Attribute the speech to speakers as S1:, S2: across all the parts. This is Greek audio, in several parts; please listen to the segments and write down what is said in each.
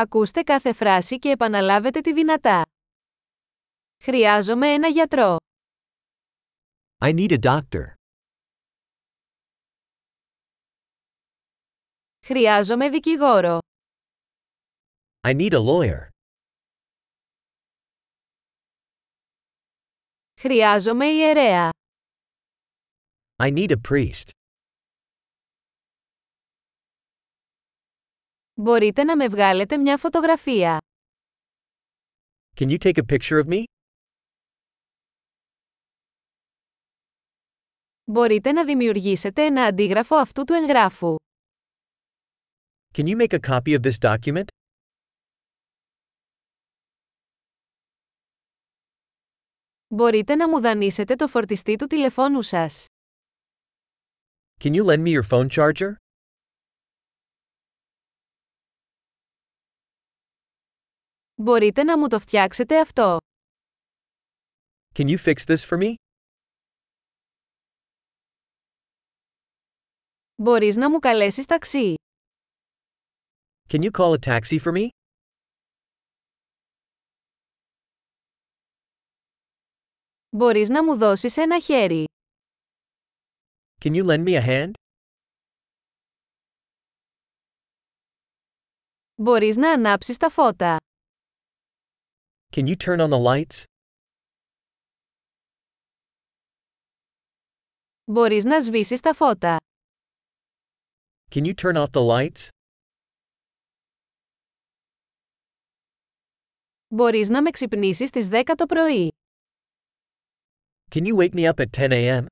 S1: Ακούστε κάθε φράση και επαναλάβετε τη δυνατά. Χρειάζομαι ένα γιατρό.
S2: I need a doctor.
S1: Χρειάζομαι δικηγόρο.
S2: I need a lawyer.
S1: Χρειάζομαι ιερέα.
S2: I need a priest.
S1: Μπορείτε να με βγάλετε μια φωτογραφία.
S2: Can you take a picture of me?
S1: Μπορείτε να δημιουργήσετε ένα αντίγραφο αυτού του εγγράφου.
S2: Can you make a copy of this document?
S1: Μπορείτε να μου δανείσετε το φορτιστή του τηλεφώνου σας.
S2: Can you lend me your phone charger?
S1: Μπορείτε να μου το φτιάξετε αυτό.
S2: Can you fix this for me?
S1: Μπορείς να μου καλέσεις ταξί.
S2: Can you call a taxi for me?
S1: Μπορείς να μου δώσεις ένα χέρι.
S2: Can you lend me a hand?
S1: Μπορείς να ανάψεις τα φώτα.
S2: Can you turn on the lights?
S1: Μπορείς να σβήσεις τα φώτα.
S2: Can you turn off the lights?
S1: Μπορείς να με ξυπνήσεις στις 10 το πρωί.
S2: Can you wake me up at 10 a.m.?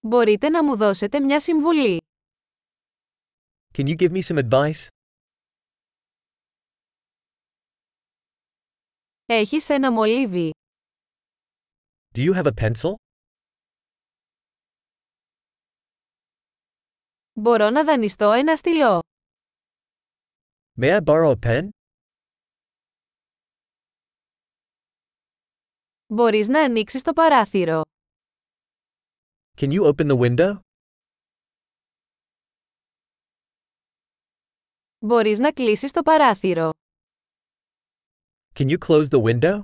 S1: Μπορείτε να μου δώσετε μια συμβουλή.
S2: Can you give me some advice?
S1: Έχεις ένα μολύβι.
S2: Do you have a pencil?
S1: Μπορώ να δανειστώ ένα στυλό.
S2: May I borrow a pen?
S1: Μπορείς να ανοίξεις το παράθυρο.
S2: Can you open the window?
S1: Μπορείς να κλείσεις το παράθυρο.
S2: Can you close the window?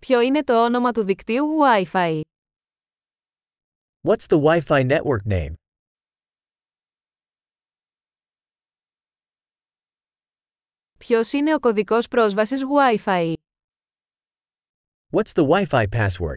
S1: Ποιο είναι το όνομα του δικτύου Wi-Fi.
S2: What's the Wi Fi network name?
S1: Ποιος είναι ο κωδικός πρόσβασης Wi-Fi.
S2: What's the Wi Fi password?